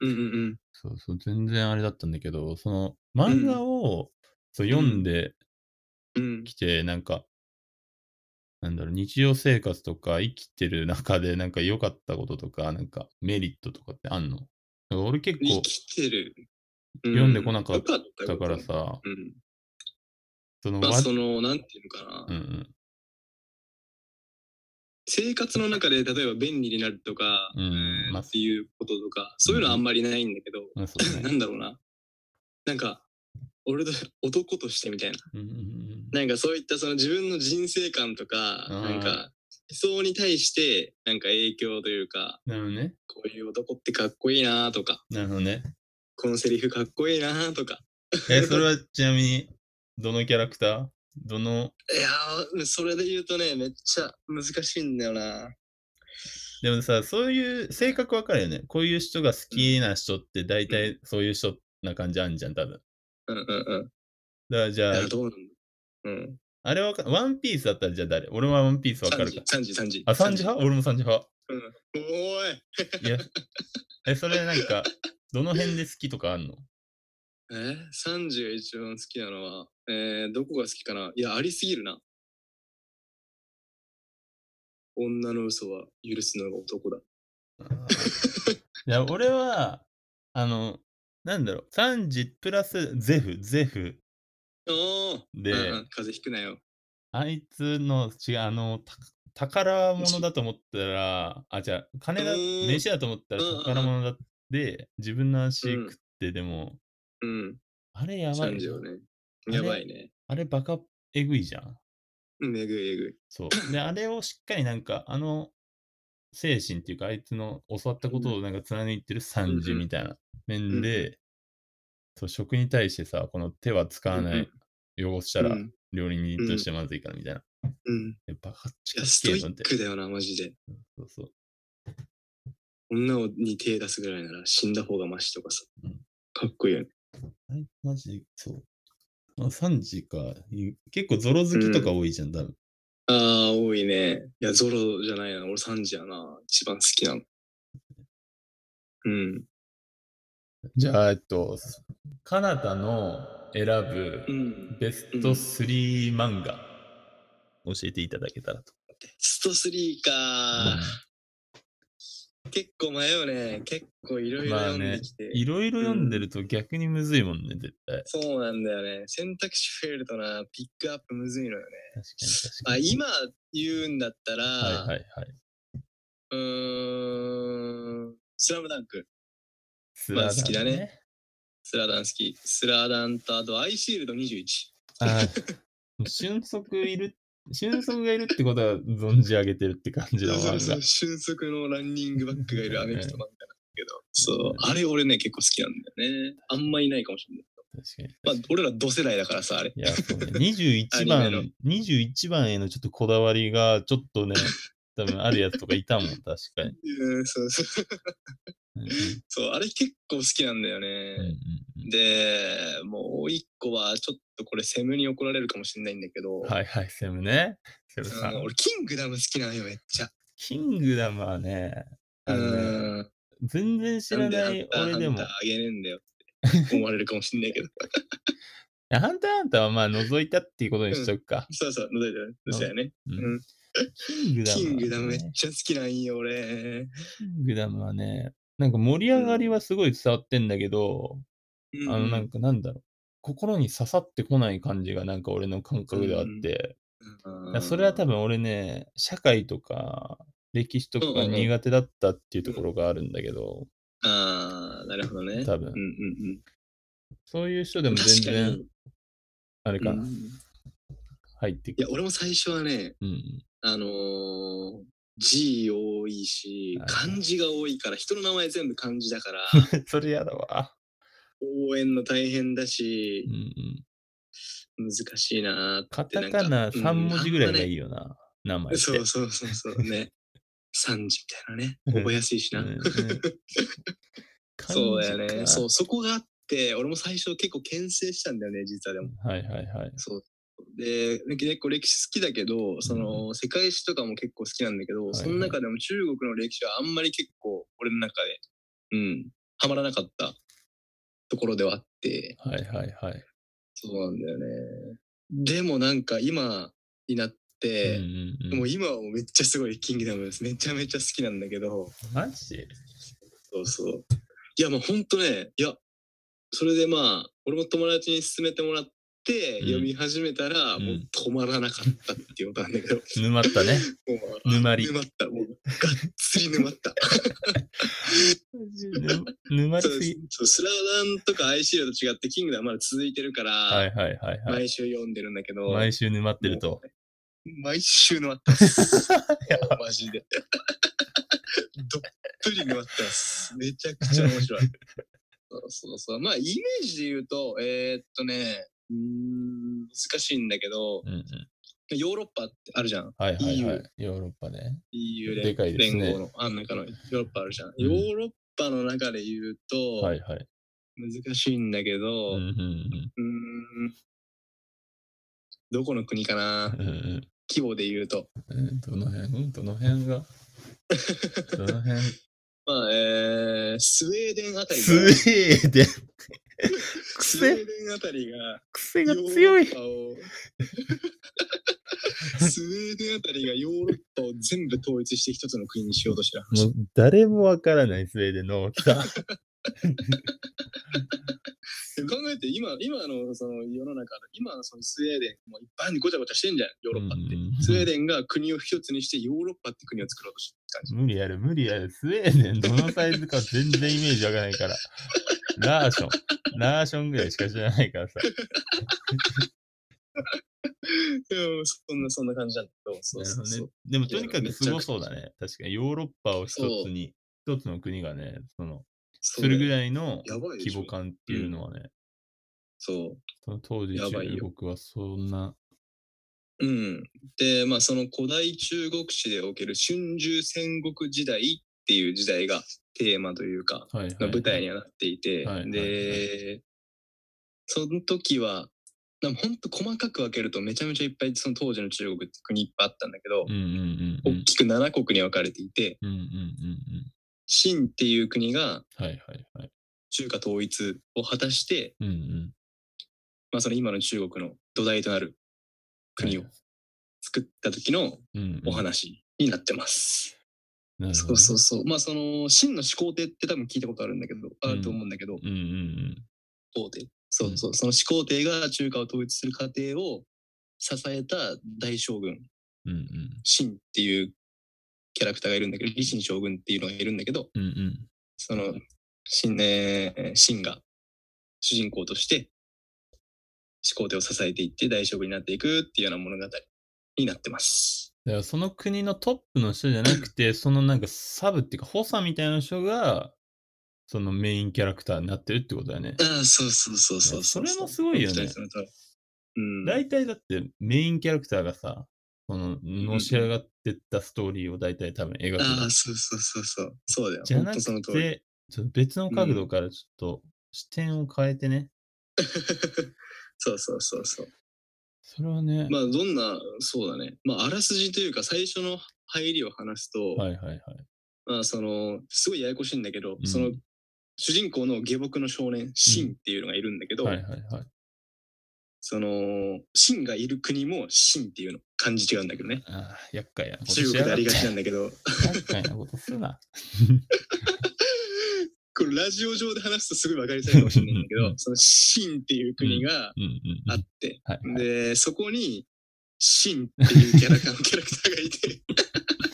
[SPEAKER 2] うんうん
[SPEAKER 1] そうそう、全然あれだったんだけど、その漫画を、そう読んで
[SPEAKER 2] うん。うん。
[SPEAKER 1] きて、なんか、なんだろう、日常生活とか生きてる中で、なんか良かったこととか、なんかメリットとかってあんのなんか俺結
[SPEAKER 2] 生
[SPEAKER 1] 構
[SPEAKER 2] きてる。
[SPEAKER 1] 読んでこなかっ
[SPEAKER 2] よた
[SPEAKER 1] だから
[SPEAKER 2] こと。
[SPEAKER 1] さ、
[SPEAKER 2] うん。
[SPEAKER 1] その
[SPEAKER 2] まあ
[SPEAKER 1] わ
[SPEAKER 2] その、なんていうのかな。
[SPEAKER 1] うんうん
[SPEAKER 2] 生活の中で、例えば便利になるとか、
[SPEAKER 1] うん
[SPEAKER 2] えー
[SPEAKER 1] まあ
[SPEAKER 2] っていうこととか、そういうのはあんまりないんだけど、
[SPEAKER 1] まあそうだ
[SPEAKER 2] な
[SPEAKER 1] ね。
[SPEAKER 2] んだろうな。なんか、俺と 男としてみたいな。
[SPEAKER 1] うんうんうん
[SPEAKER 2] なんかそういったその自分の人生観とか、
[SPEAKER 1] あー
[SPEAKER 2] なんか思想に対してなんか影響というか、
[SPEAKER 1] なるほどね。
[SPEAKER 2] こういう男ってかっこいいなとか、
[SPEAKER 1] なるほど ね。
[SPEAKER 2] このセリフかっこいいなとか。
[SPEAKER 1] え、それはちなみに、どのキャラクターどの、
[SPEAKER 2] いやー、それで言うとね、めっちゃ難しいんだよな。
[SPEAKER 1] でもさ、そういう性格わかるよね。こういう人が好きな人って大体そういう人な感じあんじゃん、多分。
[SPEAKER 2] うんうんうん。
[SPEAKER 1] だからじゃ
[SPEAKER 2] い
[SPEAKER 1] あ、
[SPEAKER 2] や、どうなんだうん。
[SPEAKER 1] あれわかワンピースだったらじゃあ誰俺はワンピースわか
[SPEAKER 2] 3
[SPEAKER 1] る
[SPEAKER 2] 時
[SPEAKER 1] か、。
[SPEAKER 2] 3時、3時。
[SPEAKER 1] あ、3時派俺も3時派。
[SPEAKER 2] おー
[SPEAKER 1] い
[SPEAKER 2] い。
[SPEAKER 1] や。 え、それなんか、どの辺で好きとかあんの
[SPEAKER 2] えー、3時が一番好きなのは、えー、どこが好きかないや、ありすぎるな。女の嘘は許すのが男だ。
[SPEAKER 1] いや、俺は、あの、なんだろう、サンジプラスゼフ、ゼフ
[SPEAKER 2] おー
[SPEAKER 1] で、
[SPEAKER 2] うんうん、風邪ひくなよ。
[SPEAKER 1] あいつの、違う、あの、た宝物だと思ったら、あ、じゃあ、金だ、
[SPEAKER 2] うーん
[SPEAKER 1] 飯だと思ったら
[SPEAKER 2] うんうんうん
[SPEAKER 1] 宝物だって、自分の足
[SPEAKER 2] うん
[SPEAKER 1] 食って、でも、
[SPEAKER 2] うん。
[SPEAKER 1] あれやばい
[SPEAKER 2] 三。条ね。
[SPEAKER 1] あれ
[SPEAKER 2] やばいね。
[SPEAKER 1] あれバカえぐいじゃん。
[SPEAKER 2] うんえぐいえぐい。
[SPEAKER 1] そう。で、あれをしっかりなんか、あの、精神っていうか、あいつの教わったことをなんか貫いてる惨事
[SPEAKER 2] うんうん
[SPEAKER 1] みたいな面で、そう食に対してさ、この手は使わない、汚したら
[SPEAKER 2] うん
[SPEAKER 1] 料理人としてまずいからみたいな。
[SPEAKER 2] うん。
[SPEAKER 1] えバカチ
[SPEAKER 2] い
[SPEAKER 1] カ
[SPEAKER 2] や、
[SPEAKER 1] チ
[SPEAKER 2] ス
[SPEAKER 1] け
[SPEAKER 2] ト
[SPEAKER 1] え
[SPEAKER 2] イ
[SPEAKER 1] のって
[SPEAKER 2] ッ。クだよな、マジで。
[SPEAKER 1] そうそう。
[SPEAKER 2] 女に手出すぐらいなら死んだ方がマシとかさ
[SPEAKER 1] うん。
[SPEAKER 2] かっこいいよね。
[SPEAKER 1] あいつマジで、そう。あ3時か。い結構ゾロ好きとか多いじゃん、多分。
[SPEAKER 2] ああ、多いね。いや、ゾロじゃないな。俺サンジやな。一番好きなの。うん。
[SPEAKER 1] じゃあ、えっと、カナダの選ぶ
[SPEAKER 2] うん。
[SPEAKER 1] ベスト3漫画、教えていただけたらと。
[SPEAKER 2] スト3か。結構迷うね。結構いろいろ
[SPEAKER 1] まあね
[SPEAKER 2] 読んできて。
[SPEAKER 1] いろいろ読んでると逆にむずいもんね、絶対。
[SPEAKER 2] そうなんだよね。選択肢増えるとな、ピックアップむずいのよね。
[SPEAKER 1] 確かに確か
[SPEAKER 2] あ、
[SPEAKER 1] に。
[SPEAKER 2] 今言うんだったら、
[SPEAKER 1] はいはいはい。
[SPEAKER 2] うーん、スラムダンク。
[SPEAKER 1] ス
[SPEAKER 2] まあ好きだね。スラダン好き。スラダンと、あと、アイシールド21。
[SPEAKER 1] あー俊足いる、俊足がいるってことは存じ上げてるって感じだもん
[SPEAKER 2] そう
[SPEAKER 1] な
[SPEAKER 2] そ
[SPEAKER 1] ん
[SPEAKER 2] う、
[SPEAKER 1] か
[SPEAKER 2] 俊足のランニングバックがいるアメフト漫画なんだ けど、そう
[SPEAKER 1] うん、
[SPEAKER 2] あれ俺ね、結構好きなんだよね。あんまいないかもしれない。
[SPEAKER 1] 確かに。
[SPEAKER 2] まあ、俺ら同世代だからさ、あれ。
[SPEAKER 1] いや、そうね。
[SPEAKER 2] ア
[SPEAKER 1] 21
[SPEAKER 2] ニメの
[SPEAKER 1] 番、21番へのちょっとこだわりが、ちょっと ね、多分あるやつとかいたもん、確かに。
[SPEAKER 2] うん、そうそう。
[SPEAKER 1] うんうん
[SPEAKER 2] そう、あれ結構好きなんだよね。
[SPEAKER 1] うんうん
[SPEAKER 2] で、もう一個は、ちょっとこれ、セムに怒られるかもしれないんだけ
[SPEAKER 1] う
[SPEAKER 2] ど、
[SPEAKER 1] んはいはい、セムね。セム
[SPEAKER 2] うん
[SPEAKER 1] さん。
[SPEAKER 2] 俺、キングダム好きなのよ、めっちゃ。
[SPEAKER 1] キングダムはね、あのね
[SPEAKER 2] うん。
[SPEAKER 1] 全然知らない
[SPEAKER 2] なん
[SPEAKER 1] 俺でも
[SPEAKER 2] ハンターハンター、あげねえんだよ って思われるかもしれないけど。
[SPEAKER 1] ハンターハンターはまあ覗いたっていうことにしとくか。
[SPEAKER 2] そうそう、のどいてる。そうだよね。
[SPEAKER 1] うんキングダム
[SPEAKER 2] キ
[SPEAKER 1] はね、
[SPEAKER 2] ングダムめっちゃ好きなんよ、俺。
[SPEAKER 1] キングダムはね、なんか盛り上がりはすごい伝わってんだけど、
[SPEAKER 2] うん
[SPEAKER 1] あのなんかなんだろう。心に刺さってこない感じがなんか俺の感覚ではあって、だからそれは多
[SPEAKER 2] 分、
[SPEAKER 1] 分俺ね、社会とか歴史とか
[SPEAKER 2] うんうん
[SPEAKER 1] が
[SPEAKER 2] うん
[SPEAKER 1] 苦手だったっていうところがあるんだけど、
[SPEAKER 2] ああ、なるほどね。
[SPEAKER 1] 多分
[SPEAKER 2] うんうん
[SPEAKER 1] そういう人
[SPEAKER 2] う
[SPEAKER 1] で
[SPEAKER 2] ん。
[SPEAKER 1] も全
[SPEAKER 2] 確か
[SPEAKER 1] 然
[SPEAKER 2] に。
[SPEAKER 1] あれか
[SPEAKER 2] う
[SPEAKER 1] なん
[SPEAKER 2] い
[SPEAKER 1] 入ってく
[SPEAKER 2] や
[SPEAKER 1] る、。
[SPEAKER 2] 俺も最初はね、
[SPEAKER 1] うん。
[SPEAKER 2] あのー、字多いし
[SPEAKER 1] は、い
[SPEAKER 2] 漢字が多いから、人の名前全部漢字だから、
[SPEAKER 1] それやだわ。
[SPEAKER 2] 応援の大変だ
[SPEAKER 1] うん
[SPEAKER 2] し、
[SPEAKER 1] うん。
[SPEAKER 2] 難しいなーって。
[SPEAKER 1] カタカナ3文字ぐらいがいいよ
[SPEAKER 2] よ。
[SPEAKER 1] な、名前って。
[SPEAKER 2] そうそうそうそうね。三字みたいなね。覚えやすいしな。
[SPEAKER 1] うんうん
[SPEAKER 2] そうだよ
[SPEAKER 1] 漢
[SPEAKER 2] ね。そ。
[SPEAKER 1] 字か
[SPEAKER 2] う、そこがあって、俺も最初結構牽制したんだよね、実はでも。
[SPEAKER 1] はいはいはい。
[SPEAKER 2] そう。で、結構歴史好きだけど、その、世界史とかも結構好きなんだけど、
[SPEAKER 1] はい
[SPEAKER 2] その中でも中国の歴史はあんまり結構、俺の中で、うん、ハマらなかったところではあって、
[SPEAKER 1] はいはいはい。
[SPEAKER 2] そうなんだよね。でもなんか今になって、
[SPEAKER 1] うんうん
[SPEAKER 2] も
[SPEAKER 1] うん
[SPEAKER 2] う今はもうめっちゃすごいキングダムです。めちゃめちゃ好きなんだけど、
[SPEAKER 1] マジ
[SPEAKER 2] そうそう。いや、もうほんとね、いや、それでまあ、俺も友達に勧めてもらって、
[SPEAKER 1] うん
[SPEAKER 2] 読み始めたら、
[SPEAKER 1] うん
[SPEAKER 2] もう止まらなかったっていうことなんだけど、
[SPEAKER 1] 沼ったね。
[SPEAKER 2] も う
[SPEAKER 1] 沼り。
[SPEAKER 2] 沼った、もう、がっつり沼った。
[SPEAKER 1] ぬ沼り
[SPEAKER 2] そう
[SPEAKER 1] すぎ。
[SPEAKER 2] そうスラダンとかアイシールドと違って、キングダムはまだ続いてるから、
[SPEAKER 1] はいはいはいはい。
[SPEAKER 2] 毎週読んでるんだけど、
[SPEAKER 1] 毎週沼ってると。
[SPEAKER 2] 毎週沼った っす。マジで。 どっぷり沼ったっす。めちゃくちゃ面白い。そうそうそう。まあ、イメージで言うと、えーっとね、うーん、難しいんだけど、
[SPEAKER 1] うんうん
[SPEAKER 2] ヨーロッパってあるじゃん。
[SPEAKER 1] はいはいは
[SPEAKER 2] EU
[SPEAKER 1] い。ヨーロッパね。
[SPEAKER 2] EU
[SPEAKER 1] でかいですね
[SPEAKER 2] 連合の、あん中のヨーロッパあるじゃん。
[SPEAKER 1] ん
[SPEAKER 2] ヨーロッパの中で言うと、
[SPEAKER 1] はいはい。
[SPEAKER 2] 難しいんだけど、
[SPEAKER 1] う
[SPEAKER 2] うんん、んどこの国かな
[SPEAKER 1] うんうんうん
[SPEAKER 2] 規模で言うと。
[SPEAKER 1] うんどの辺どの辺 がどの辺
[SPEAKER 2] まあ、えー、スウェーデンあたり
[SPEAKER 1] ス
[SPEAKER 2] が
[SPEAKER 1] ウェーデン。
[SPEAKER 2] スウェーデ
[SPEAKER 1] 癖、
[SPEAKER 2] ンあたりが、
[SPEAKER 1] 癖が強い
[SPEAKER 2] ヨー。ロッパを スウェーデンあたりがヨーロッパを全部統一して一つの国にしようとしてる
[SPEAKER 1] も
[SPEAKER 2] 話。
[SPEAKER 1] う誰もわからないスウェーデンの大きさ。
[SPEAKER 2] 考えて今、今のその世の中の、今のそのスウェーデンもいっぱいにごちゃごちゃしてんじゃん、ヨーロッパって。
[SPEAKER 1] うんうんうん
[SPEAKER 2] スウェーデンが国を一つにしてヨーロッパって国を作ろうとしてる感じ。
[SPEAKER 1] 無理やる、無理やる。スウェーデンどのサイズか全然イメージわからない から。ラーション。ラーションぐらいしか知らないからさ。
[SPEAKER 2] もうそんな、そんな感じなんだけど、そう
[SPEAKER 1] なる
[SPEAKER 2] そ
[SPEAKER 1] ほ
[SPEAKER 2] う
[SPEAKER 1] ど
[SPEAKER 2] そう
[SPEAKER 1] ね。でもとにか
[SPEAKER 2] い
[SPEAKER 1] く
[SPEAKER 2] や
[SPEAKER 1] すごそうだね。確かにヨーロッパを一つに、一つの国がね、その、
[SPEAKER 2] そ
[SPEAKER 1] するぐ
[SPEAKER 2] い。
[SPEAKER 1] らいの
[SPEAKER 2] やばいで
[SPEAKER 1] 規
[SPEAKER 2] しょ
[SPEAKER 1] 模感っていうのはね、
[SPEAKER 2] そ
[SPEAKER 1] その当時
[SPEAKER 2] やばいよ
[SPEAKER 1] 中国はそんな、
[SPEAKER 2] う。うん。で、まあ、その古代中国史でおける春秋戦国時代っていう時代がテーマというか、
[SPEAKER 1] はいはい
[SPEAKER 2] の舞台にはなっていて、
[SPEAKER 1] はいはい
[SPEAKER 2] で、その時は、なんかほんと細かく分けるとめちゃめちゃいっぱいその当時の中国って国いっぱいあったんだけど
[SPEAKER 1] う、んうんうんうん。
[SPEAKER 2] 大きく7国に分かれていて、
[SPEAKER 1] うんうんうん
[SPEAKER 2] 秦っていう国が
[SPEAKER 1] うん。はいはいはい。
[SPEAKER 2] 中華統一を果たして、
[SPEAKER 1] うんうん。
[SPEAKER 2] まあ、その今の中国の土台となる国を
[SPEAKER 1] はい
[SPEAKER 2] 作った時の
[SPEAKER 1] うんうん
[SPEAKER 2] お話になってます。
[SPEAKER 1] なるほ
[SPEAKER 2] そ
[SPEAKER 1] どね
[SPEAKER 2] うそうそう。まあその秦の始皇帝って多分聞いたことあるんだけど、あると思うんだけど、
[SPEAKER 1] うんうん
[SPEAKER 2] 皇帝。そうそう。その始皇帝が中華を統一する過程を支えた大将軍、
[SPEAKER 1] うん。うん
[SPEAKER 2] 秦っていうキャラクターがいるんだけど、李信将軍っていうのがいるんだけど、
[SPEAKER 1] うん。うんうん。
[SPEAKER 2] その秦、えー秦が主人公として始皇帝を支えていって大将軍になっていくっていうような物語になってます。
[SPEAKER 1] だからその国のトップの人じゃなくて、そのなんかサブっていうか補佐みたいな人が、そのメインキャラクターになってるってことだよね。
[SPEAKER 2] ああ、そうそうそうそうう。
[SPEAKER 1] それもすごいよね
[SPEAKER 2] 本当にその通りうん。
[SPEAKER 1] 大体だってメインキャラクターがさ、その、のし上がってったストーリーを大体多分描くじゃん
[SPEAKER 2] ああ、そうそうそうそう。そうだよ。
[SPEAKER 1] じゃな
[SPEAKER 2] 本当その
[SPEAKER 1] く
[SPEAKER 2] 通り。
[SPEAKER 1] て、ちょっと別の角度からちょっと視点を変えてね。
[SPEAKER 2] そうそうそうそう。
[SPEAKER 1] それはね、
[SPEAKER 2] まあどんな、そうだね。まああらすじというか最初の入りを話すと、
[SPEAKER 1] はいはいはい。
[SPEAKER 2] まあその、すごいややこしいんだけど、
[SPEAKER 1] うん
[SPEAKER 2] その主人公の下僕の少年、シンっていうのがいるんだけど、
[SPEAKER 1] はいはいはい。
[SPEAKER 2] その、シンがいる国もシンっていうの、漢字違うんだけどね。
[SPEAKER 1] ああ、厄介なこと
[SPEAKER 2] 中国でありがち
[SPEAKER 1] し
[SPEAKER 2] なんだけど、
[SPEAKER 1] やがって厄介なことするな。
[SPEAKER 2] これラジオ上で話すとすごいわかりづらいかもしれないんだけ
[SPEAKER 1] う
[SPEAKER 2] ど
[SPEAKER 1] ん、
[SPEAKER 2] そのシンっていう国が
[SPEAKER 1] うんうんうん。
[SPEAKER 2] あって、
[SPEAKER 1] はいはい
[SPEAKER 2] で、そこに、シンっていうキャラクター キャラクターがい て、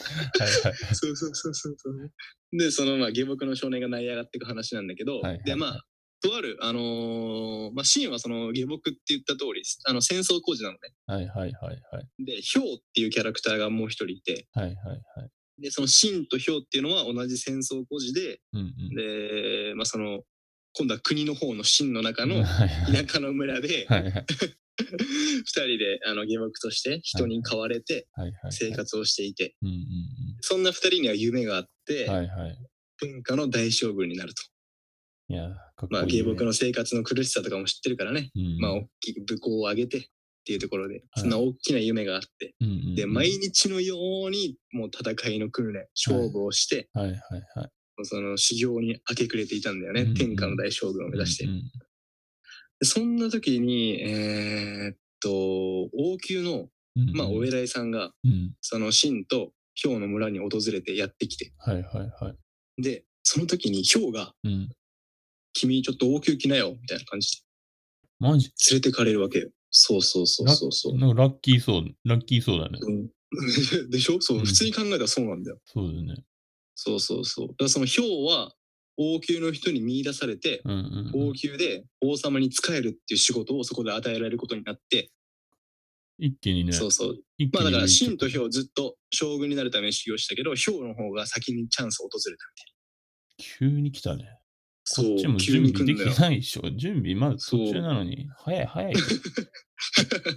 [SPEAKER 1] は
[SPEAKER 2] そうそうそうそうそう。で、その、まあ、下僕の少年が成り上がっていく話なんだけど、
[SPEAKER 1] はいはい
[SPEAKER 2] で、まあ、とある、あのーまあ、シンはその下僕って言った通り、あの、戦争工事なのね。
[SPEAKER 1] いはいはいはいはい
[SPEAKER 2] で、ヒョウっていうキャラクターがもう一人いて、
[SPEAKER 1] はいはいはい。
[SPEAKER 2] で、そのシンとヒョウっていうのは同じ戦争工事で、
[SPEAKER 1] うんうん。
[SPEAKER 2] で、まあ、その、今度は国の方のシンの中の
[SPEAKER 1] はいはい
[SPEAKER 2] 田舎の村 で、
[SPEAKER 1] はいはいはい
[SPEAKER 2] 二人で、あの、下僕として人に飼われて
[SPEAKER 1] はいはい。
[SPEAKER 2] 生活をしていて、
[SPEAKER 1] うんうん
[SPEAKER 2] そんな二人には夢があって、
[SPEAKER 1] うん。はいはい。
[SPEAKER 2] 文化の大将軍になると。
[SPEAKER 1] いやー、かっこ
[SPEAKER 2] まあ、
[SPEAKER 1] いい、
[SPEAKER 2] 芸
[SPEAKER 1] ね。
[SPEAKER 2] 僕の生活の苦しさとかも知ってるからね、
[SPEAKER 1] うん、
[SPEAKER 2] まあ、大きく武功を上げてっていうところで、
[SPEAKER 1] い
[SPEAKER 2] そんな大きな夢があって、
[SPEAKER 1] うんうんうん
[SPEAKER 2] で、毎日のように、もう戦いの訓練、勝負をして、
[SPEAKER 1] はいはいはい。
[SPEAKER 2] もうその修行に明け暮れていたんだよね、
[SPEAKER 1] うんうん
[SPEAKER 2] 天下の大将軍を目指して。
[SPEAKER 1] うんうん
[SPEAKER 2] でそんな時に、えーっと、王宮の、
[SPEAKER 1] うんうん
[SPEAKER 2] まあ、お偉いさんが、
[SPEAKER 1] うん。
[SPEAKER 2] その秦と氷の村に訪れてやってきて、
[SPEAKER 1] はいはいはい。
[SPEAKER 2] で、その時に氷が、
[SPEAKER 1] うん。
[SPEAKER 2] 君ちょっと王宮来なよ、みたいな感じで
[SPEAKER 1] マジ
[SPEAKER 2] 連れてかれるわけよ。そうそうそうそうそう。
[SPEAKER 1] なんかラッキーそう、ラッキーそうだね。
[SPEAKER 2] うん でしょそう、
[SPEAKER 1] うん
[SPEAKER 2] 普通に考えたらそうなんだよ。
[SPEAKER 1] そうだね。
[SPEAKER 2] そうそうそう。だからそのヒョウは王宮の人に見出されて、
[SPEAKER 1] うんうんう
[SPEAKER 2] 王
[SPEAKER 1] ん。
[SPEAKER 2] 宮で王様に仕えるっていう仕事をそこで与えられることになって、
[SPEAKER 1] 一気にね。
[SPEAKER 2] そうそう。
[SPEAKER 1] 一気
[SPEAKER 2] まあ
[SPEAKER 1] に
[SPEAKER 2] だか
[SPEAKER 1] ね
[SPEAKER 2] ら、秦とヒョウずっと将軍になるために修行したけど、ヒョウの方が先にチャンスを訪れた。
[SPEAKER 1] 急に来たね。こ
[SPEAKER 2] そう
[SPEAKER 1] っちも
[SPEAKER 2] 急
[SPEAKER 1] 準
[SPEAKER 2] に
[SPEAKER 1] 備
[SPEAKER 2] 来
[SPEAKER 1] で
[SPEAKER 2] んだよ
[SPEAKER 1] きてないでしょ。準備まだ途中なのに。早い早いよ。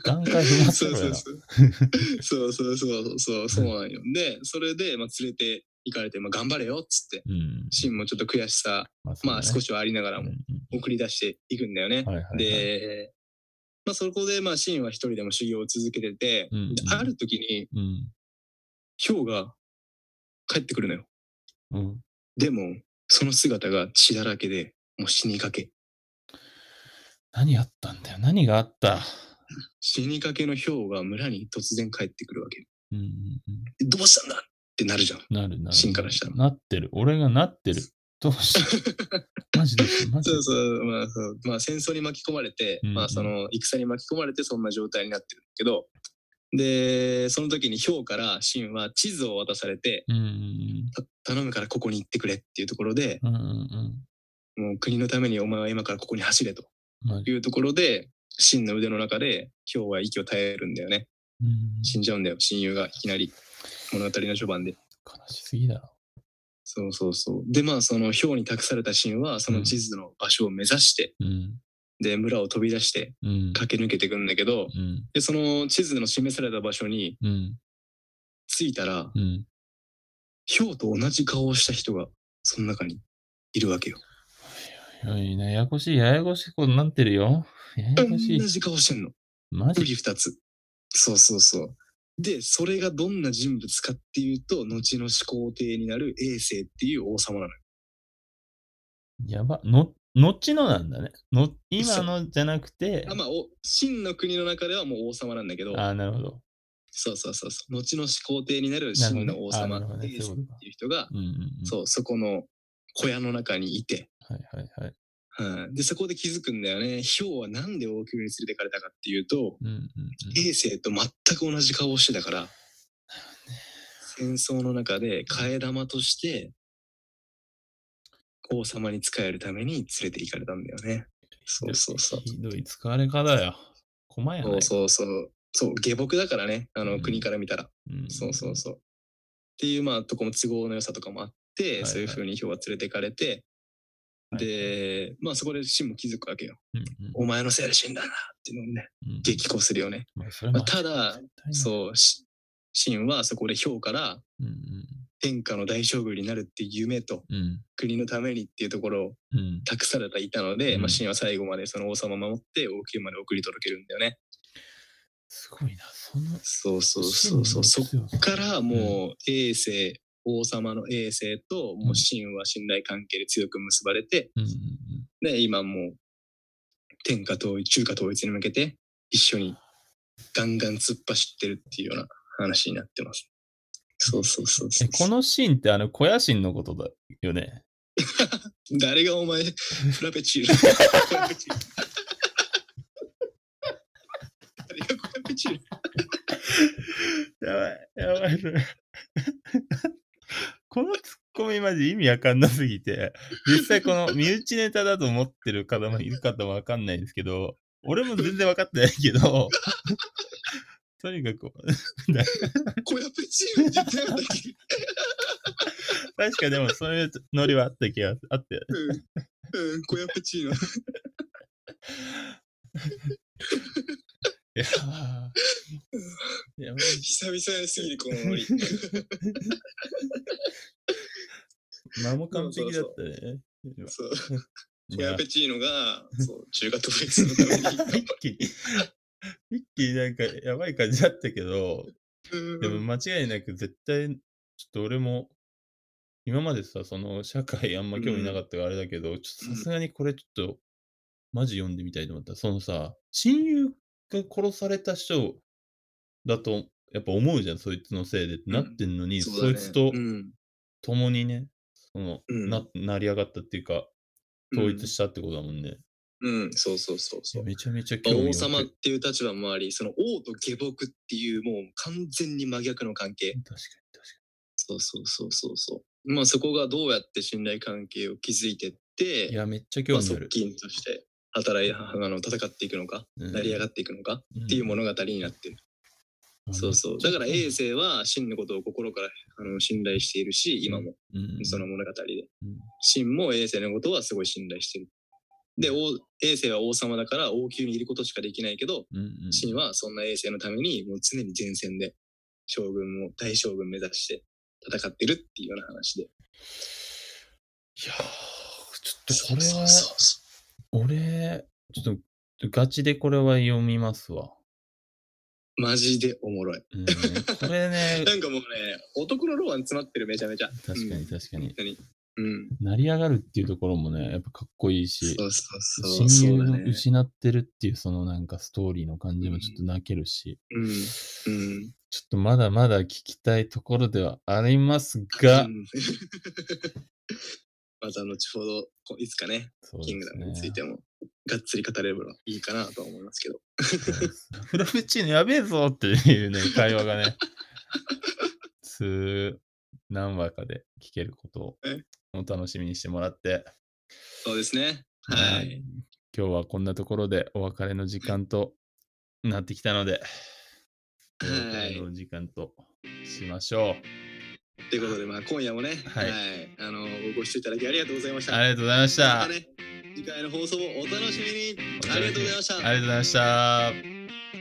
[SPEAKER 1] 段階 踏ませ
[SPEAKER 2] そう
[SPEAKER 1] ろ
[SPEAKER 2] そう
[SPEAKER 1] よ。
[SPEAKER 2] そう。そうそうそうそう、そうなんよ。で、それで、まあ、連れて行かれて、まあ、頑張れよっつって、
[SPEAKER 1] うん。
[SPEAKER 2] 秦もちょっと悔しさ、
[SPEAKER 1] まあ
[SPEAKER 2] まあ少
[SPEAKER 1] し
[SPEAKER 2] しはありながらも送り出していくんだよ
[SPEAKER 1] は
[SPEAKER 2] ね。
[SPEAKER 1] いはいはい、
[SPEAKER 2] で、まあ、そこで、まあ、シンは一人でも修行を続けてて、
[SPEAKER 1] うんうん
[SPEAKER 2] である時に、
[SPEAKER 1] うん。
[SPEAKER 2] ヒョウが帰ってくるのよ。
[SPEAKER 1] うん。
[SPEAKER 2] でも、その姿が血だらけで、もう死にかけ。
[SPEAKER 1] 何あったんだよ。何があった。
[SPEAKER 2] 死にかけのヒョウが村に突然帰ってくるわけ。
[SPEAKER 1] うんうんうん。
[SPEAKER 2] でどうしたんだってなるじゃん。
[SPEAKER 1] なるなる。
[SPEAKER 2] 進化した
[SPEAKER 1] なってる。俺がなってる。どう したマジでマジ
[SPEAKER 2] そ
[SPEAKER 1] で
[SPEAKER 2] うそう、まあ、そうまあ、戦争に巻き込まれて、
[SPEAKER 1] うんうん
[SPEAKER 2] まあ、その、戦に巻き込まれて、そんな状態になってるけど、で、その時にヒョウからシンは地図を渡されて、
[SPEAKER 1] うんうん
[SPEAKER 2] た頼むからここに行ってくれっていうところで、
[SPEAKER 1] うん。うんうんうん。
[SPEAKER 2] もう国のためにお前は今からここに走れと
[SPEAKER 1] マジ
[SPEAKER 2] いうところで、真の腕の中で、今日は息を耐えるんだよね。死んじゃうんだよ、親友がいきなり。物語の序盤で。
[SPEAKER 1] 悲しすぎだろ。
[SPEAKER 2] そうそうそう。で、まあ、その氷に託されたシーンは、その地図の場所を目指して、
[SPEAKER 1] うん。
[SPEAKER 2] で、村を飛び出して
[SPEAKER 1] うん。
[SPEAKER 2] 駆け抜けていくんだけど、
[SPEAKER 1] うん。
[SPEAKER 2] で、その地図の示された場所に
[SPEAKER 1] うん。
[SPEAKER 2] 着いたら、
[SPEAKER 1] うん。
[SPEAKER 2] 氷と同じ顔をした人が、その中にいるわけよ。
[SPEAKER 1] おいややこしい、ややこしいことになってるよ。やや
[SPEAKER 2] 同
[SPEAKER 1] こしい。
[SPEAKER 2] じ顔してんの。
[SPEAKER 1] マジ
[SPEAKER 2] 麦二つ。そうそうそう。で、それがどんな人物かっていうと、後の始皇帝になる永世っていう王様なのよ。
[SPEAKER 1] やば。の、後のなんだね。の、今
[SPEAKER 2] 嘘
[SPEAKER 1] のじゃなくて
[SPEAKER 2] あ。まあ、お真の国の中ではもう王様なんだけど、
[SPEAKER 1] ああ、なるほど。
[SPEAKER 2] そうそうそうそう。後の始皇帝になる
[SPEAKER 1] なるほどね
[SPEAKER 2] 真の王
[SPEAKER 1] あな
[SPEAKER 2] 様、
[SPEAKER 1] るほどね
[SPEAKER 2] 永世
[SPEAKER 1] そう
[SPEAKER 2] っ
[SPEAKER 1] いうことか
[SPEAKER 2] ていう人が、
[SPEAKER 1] うんうんうん。
[SPEAKER 2] そう、そこの小屋の中にいて、
[SPEAKER 1] はいはいはい。
[SPEAKER 2] うん、で、そこで気づくんだよね。ヒョウはなんで王宮に連れてかれたかっていうと、
[SPEAKER 1] うんうんうん。
[SPEAKER 2] 永世と全く同じ顔をしてたから、戦争の中で替え玉として、王様に仕えるために連れて行かれたんだよね。そうそうそう。
[SPEAKER 1] ひどい使われ方だよ。駒や
[SPEAKER 2] そ
[SPEAKER 1] ね
[SPEAKER 2] う。そうそう。そう、下僕だからね、あ
[SPEAKER 1] う
[SPEAKER 2] の
[SPEAKER 1] ん
[SPEAKER 2] 国から見たら。
[SPEAKER 1] うん
[SPEAKER 2] そうそうそう。っていう、まあ、とこも都合の良さとかもあって、
[SPEAKER 1] いはい
[SPEAKER 2] そういうふうにヒョウは連れてかれて、
[SPEAKER 1] はい
[SPEAKER 2] で、まあそこでシンも気づくわけよ。
[SPEAKER 1] うん
[SPEAKER 2] お前のせいで死んだなっていうのをね、
[SPEAKER 1] うんうん。
[SPEAKER 2] 激高するよね。
[SPEAKER 1] まあそれは
[SPEAKER 2] まあただ
[SPEAKER 1] 絶対な
[SPEAKER 2] そう、しシンはそこでヒョウから
[SPEAKER 1] うん
[SPEAKER 2] 天下の大将軍になるっていう夢と
[SPEAKER 1] うんうん
[SPEAKER 2] 国のためにっていうところを
[SPEAKER 1] うん。
[SPEAKER 2] 託されていたので、
[SPEAKER 1] うん
[SPEAKER 2] まあ、シンは最後までその王様を守って王宮まで送り届けるんだよね。
[SPEAKER 1] すごいな。その。
[SPEAKER 2] そうそうそうそう。そこ
[SPEAKER 1] こ
[SPEAKER 2] からもう衛星、王様の衛星ともうシンは信頼関係で強く結ばれて、
[SPEAKER 1] うん。うん
[SPEAKER 2] で、今もう天下統一、中華統一に向けて一緒にガンガン突っ走ってるっていうような話になってます。そうそうそうそ
[SPEAKER 1] え
[SPEAKER 2] う。
[SPEAKER 1] このシーンってあの、小屋シーンのことだよね。
[SPEAKER 2] 誰がお前、フラペチーノ。フラペチーノ誰がフラペチーノ
[SPEAKER 1] やばい、やばい。それ このツッコミマジ意味わかんなすぎて、実際この身内ネタだと思ってる方もいる方もわかんないんですけど、俺も全然わかってないけど、 とにかく、
[SPEAKER 2] 小屋ペチーノって言ってなかったっけ
[SPEAKER 1] 確かでもそういうノリはあった気がする。あったよね。
[SPEAKER 2] うん、うん、小屋ペチーノ。
[SPEAKER 1] いやーやばい
[SPEAKER 2] 久々やすぎる、このノリ。
[SPEAKER 1] 間も完璧だったね。
[SPEAKER 2] そう。
[SPEAKER 1] い
[SPEAKER 2] 小
[SPEAKER 1] や
[SPEAKER 2] 屋ペチーノが、そう、中華統一のために頑張っ
[SPEAKER 1] 一気に、一気になんかやばい感じだったけど、
[SPEAKER 2] て。うん
[SPEAKER 1] でも間違いなく絶対、ちょっと俺も、今までさ、その社会あんま興味なかったからあれだけど、ちょっとさすがにこれちょっと、マジ読んでみたいと思った。そのさ、親友が殺された人だと、やっぱ思うじゃん、そいつのせいでってなってんのに、
[SPEAKER 2] う
[SPEAKER 1] そ
[SPEAKER 2] だね
[SPEAKER 1] いつと
[SPEAKER 2] うん
[SPEAKER 1] 共にね、その、
[SPEAKER 2] うん
[SPEAKER 1] な、成り上がったっていうか、統一したってことだもんね。
[SPEAKER 2] うん、そうそうそう
[SPEAKER 1] い
[SPEAKER 2] そ
[SPEAKER 1] や
[SPEAKER 2] う。
[SPEAKER 1] めちゃめちゃ興味
[SPEAKER 2] 王
[SPEAKER 1] 湧く
[SPEAKER 2] 様っていう立場もあり、その王と下僕っていうもう完全に真逆の関係。
[SPEAKER 1] 確かに確
[SPEAKER 2] そうそうそうそうそう。まあそこがどうやって信頼関係を築いてっ
[SPEAKER 1] かに。い
[SPEAKER 2] て、
[SPEAKER 1] や、めっちゃ
[SPEAKER 2] ま
[SPEAKER 1] 興
[SPEAKER 2] あ、
[SPEAKER 1] 味あ
[SPEAKER 2] 側
[SPEAKER 1] る。
[SPEAKER 2] 近として働いあの戦っていくのか、成り上がっていくのかっていう物語になってる。そうそう。だから永
[SPEAKER 1] え
[SPEAKER 2] 世は真のことを心からあの信頼しているし、今もその物語で
[SPEAKER 1] うん。
[SPEAKER 2] 真も永世のことはすごい信頼してる。で、王永世は王様だから王宮にいることしかできないけど、真はそんな永世のためにもう常に前線で将軍を大将軍目指して戦ってるっていうような話で。
[SPEAKER 1] いやーちょっとこれは、
[SPEAKER 2] そうそうそ
[SPEAKER 1] 俺、ちょっとガチでこれは読みますわ。
[SPEAKER 2] うマジでおもろい。
[SPEAKER 1] うん、 これね、
[SPEAKER 2] なんかもうね、男のローン詰まってるめちゃめちゃ。
[SPEAKER 1] 確か
[SPEAKER 2] う
[SPEAKER 1] に
[SPEAKER 2] ん
[SPEAKER 1] 確か
[SPEAKER 2] 本
[SPEAKER 1] に。
[SPEAKER 2] 当に。うん。
[SPEAKER 1] 成り上がるっていうところもね、やっぱかっこいいし
[SPEAKER 2] そ、うそうそう。
[SPEAKER 1] 親
[SPEAKER 2] そう
[SPEAKER 1] 友
[SPEAKER 2] だ
[SPEAKER 1] を
[SPEAKER 2] ね。
[SPEAKER 1] 失ってるっていうそのなんかストーリーの感じもちょっと泣けるし、
[SPEAKER 2] うん。うん。
[SPEAKER 1] ちょっとまだまだ聞きたいところではありますが、
[SPEAKER 2] うん また後ほど、こいつかね、
[SPEAKER 1] そう
[SPEAKER 2] キングダムについても、がっつり語れればいいかなとは思いますけど。
[SPEAKER 1] ですね。フラペチーノやべえぞっていうね、会話がね、数何話かで聞けることを
[SPEAKER 2] え
[SPEAKER 1] お楽しみにしてもらって、
[SPEAKER 2] そうですね。
[SPEAKER 1] は
[SPEAKER 2] はいい。
[SPEAKER 1] 今日はこんなところでお別れの時間となってきたので、お別れの時間としましょう。
[SPEAKER 2] ということで、まあ、今夜もね、
[SPEAKER 1] は
[SPEAKER 2] はいい、あの、ご視聴いただきありがとうございました。
[SPEAKER 1] ありがとうございまし
[SPEAKER 2] ま
[SPEAKER 1] た。
[SPEAKER 2] たね、次回の放送をお楽しみに。
[SPEAKER 1] お楽しみに
[SPEAKER 2] ありがとうございました
[SPEAKER 1] ありがとうございました。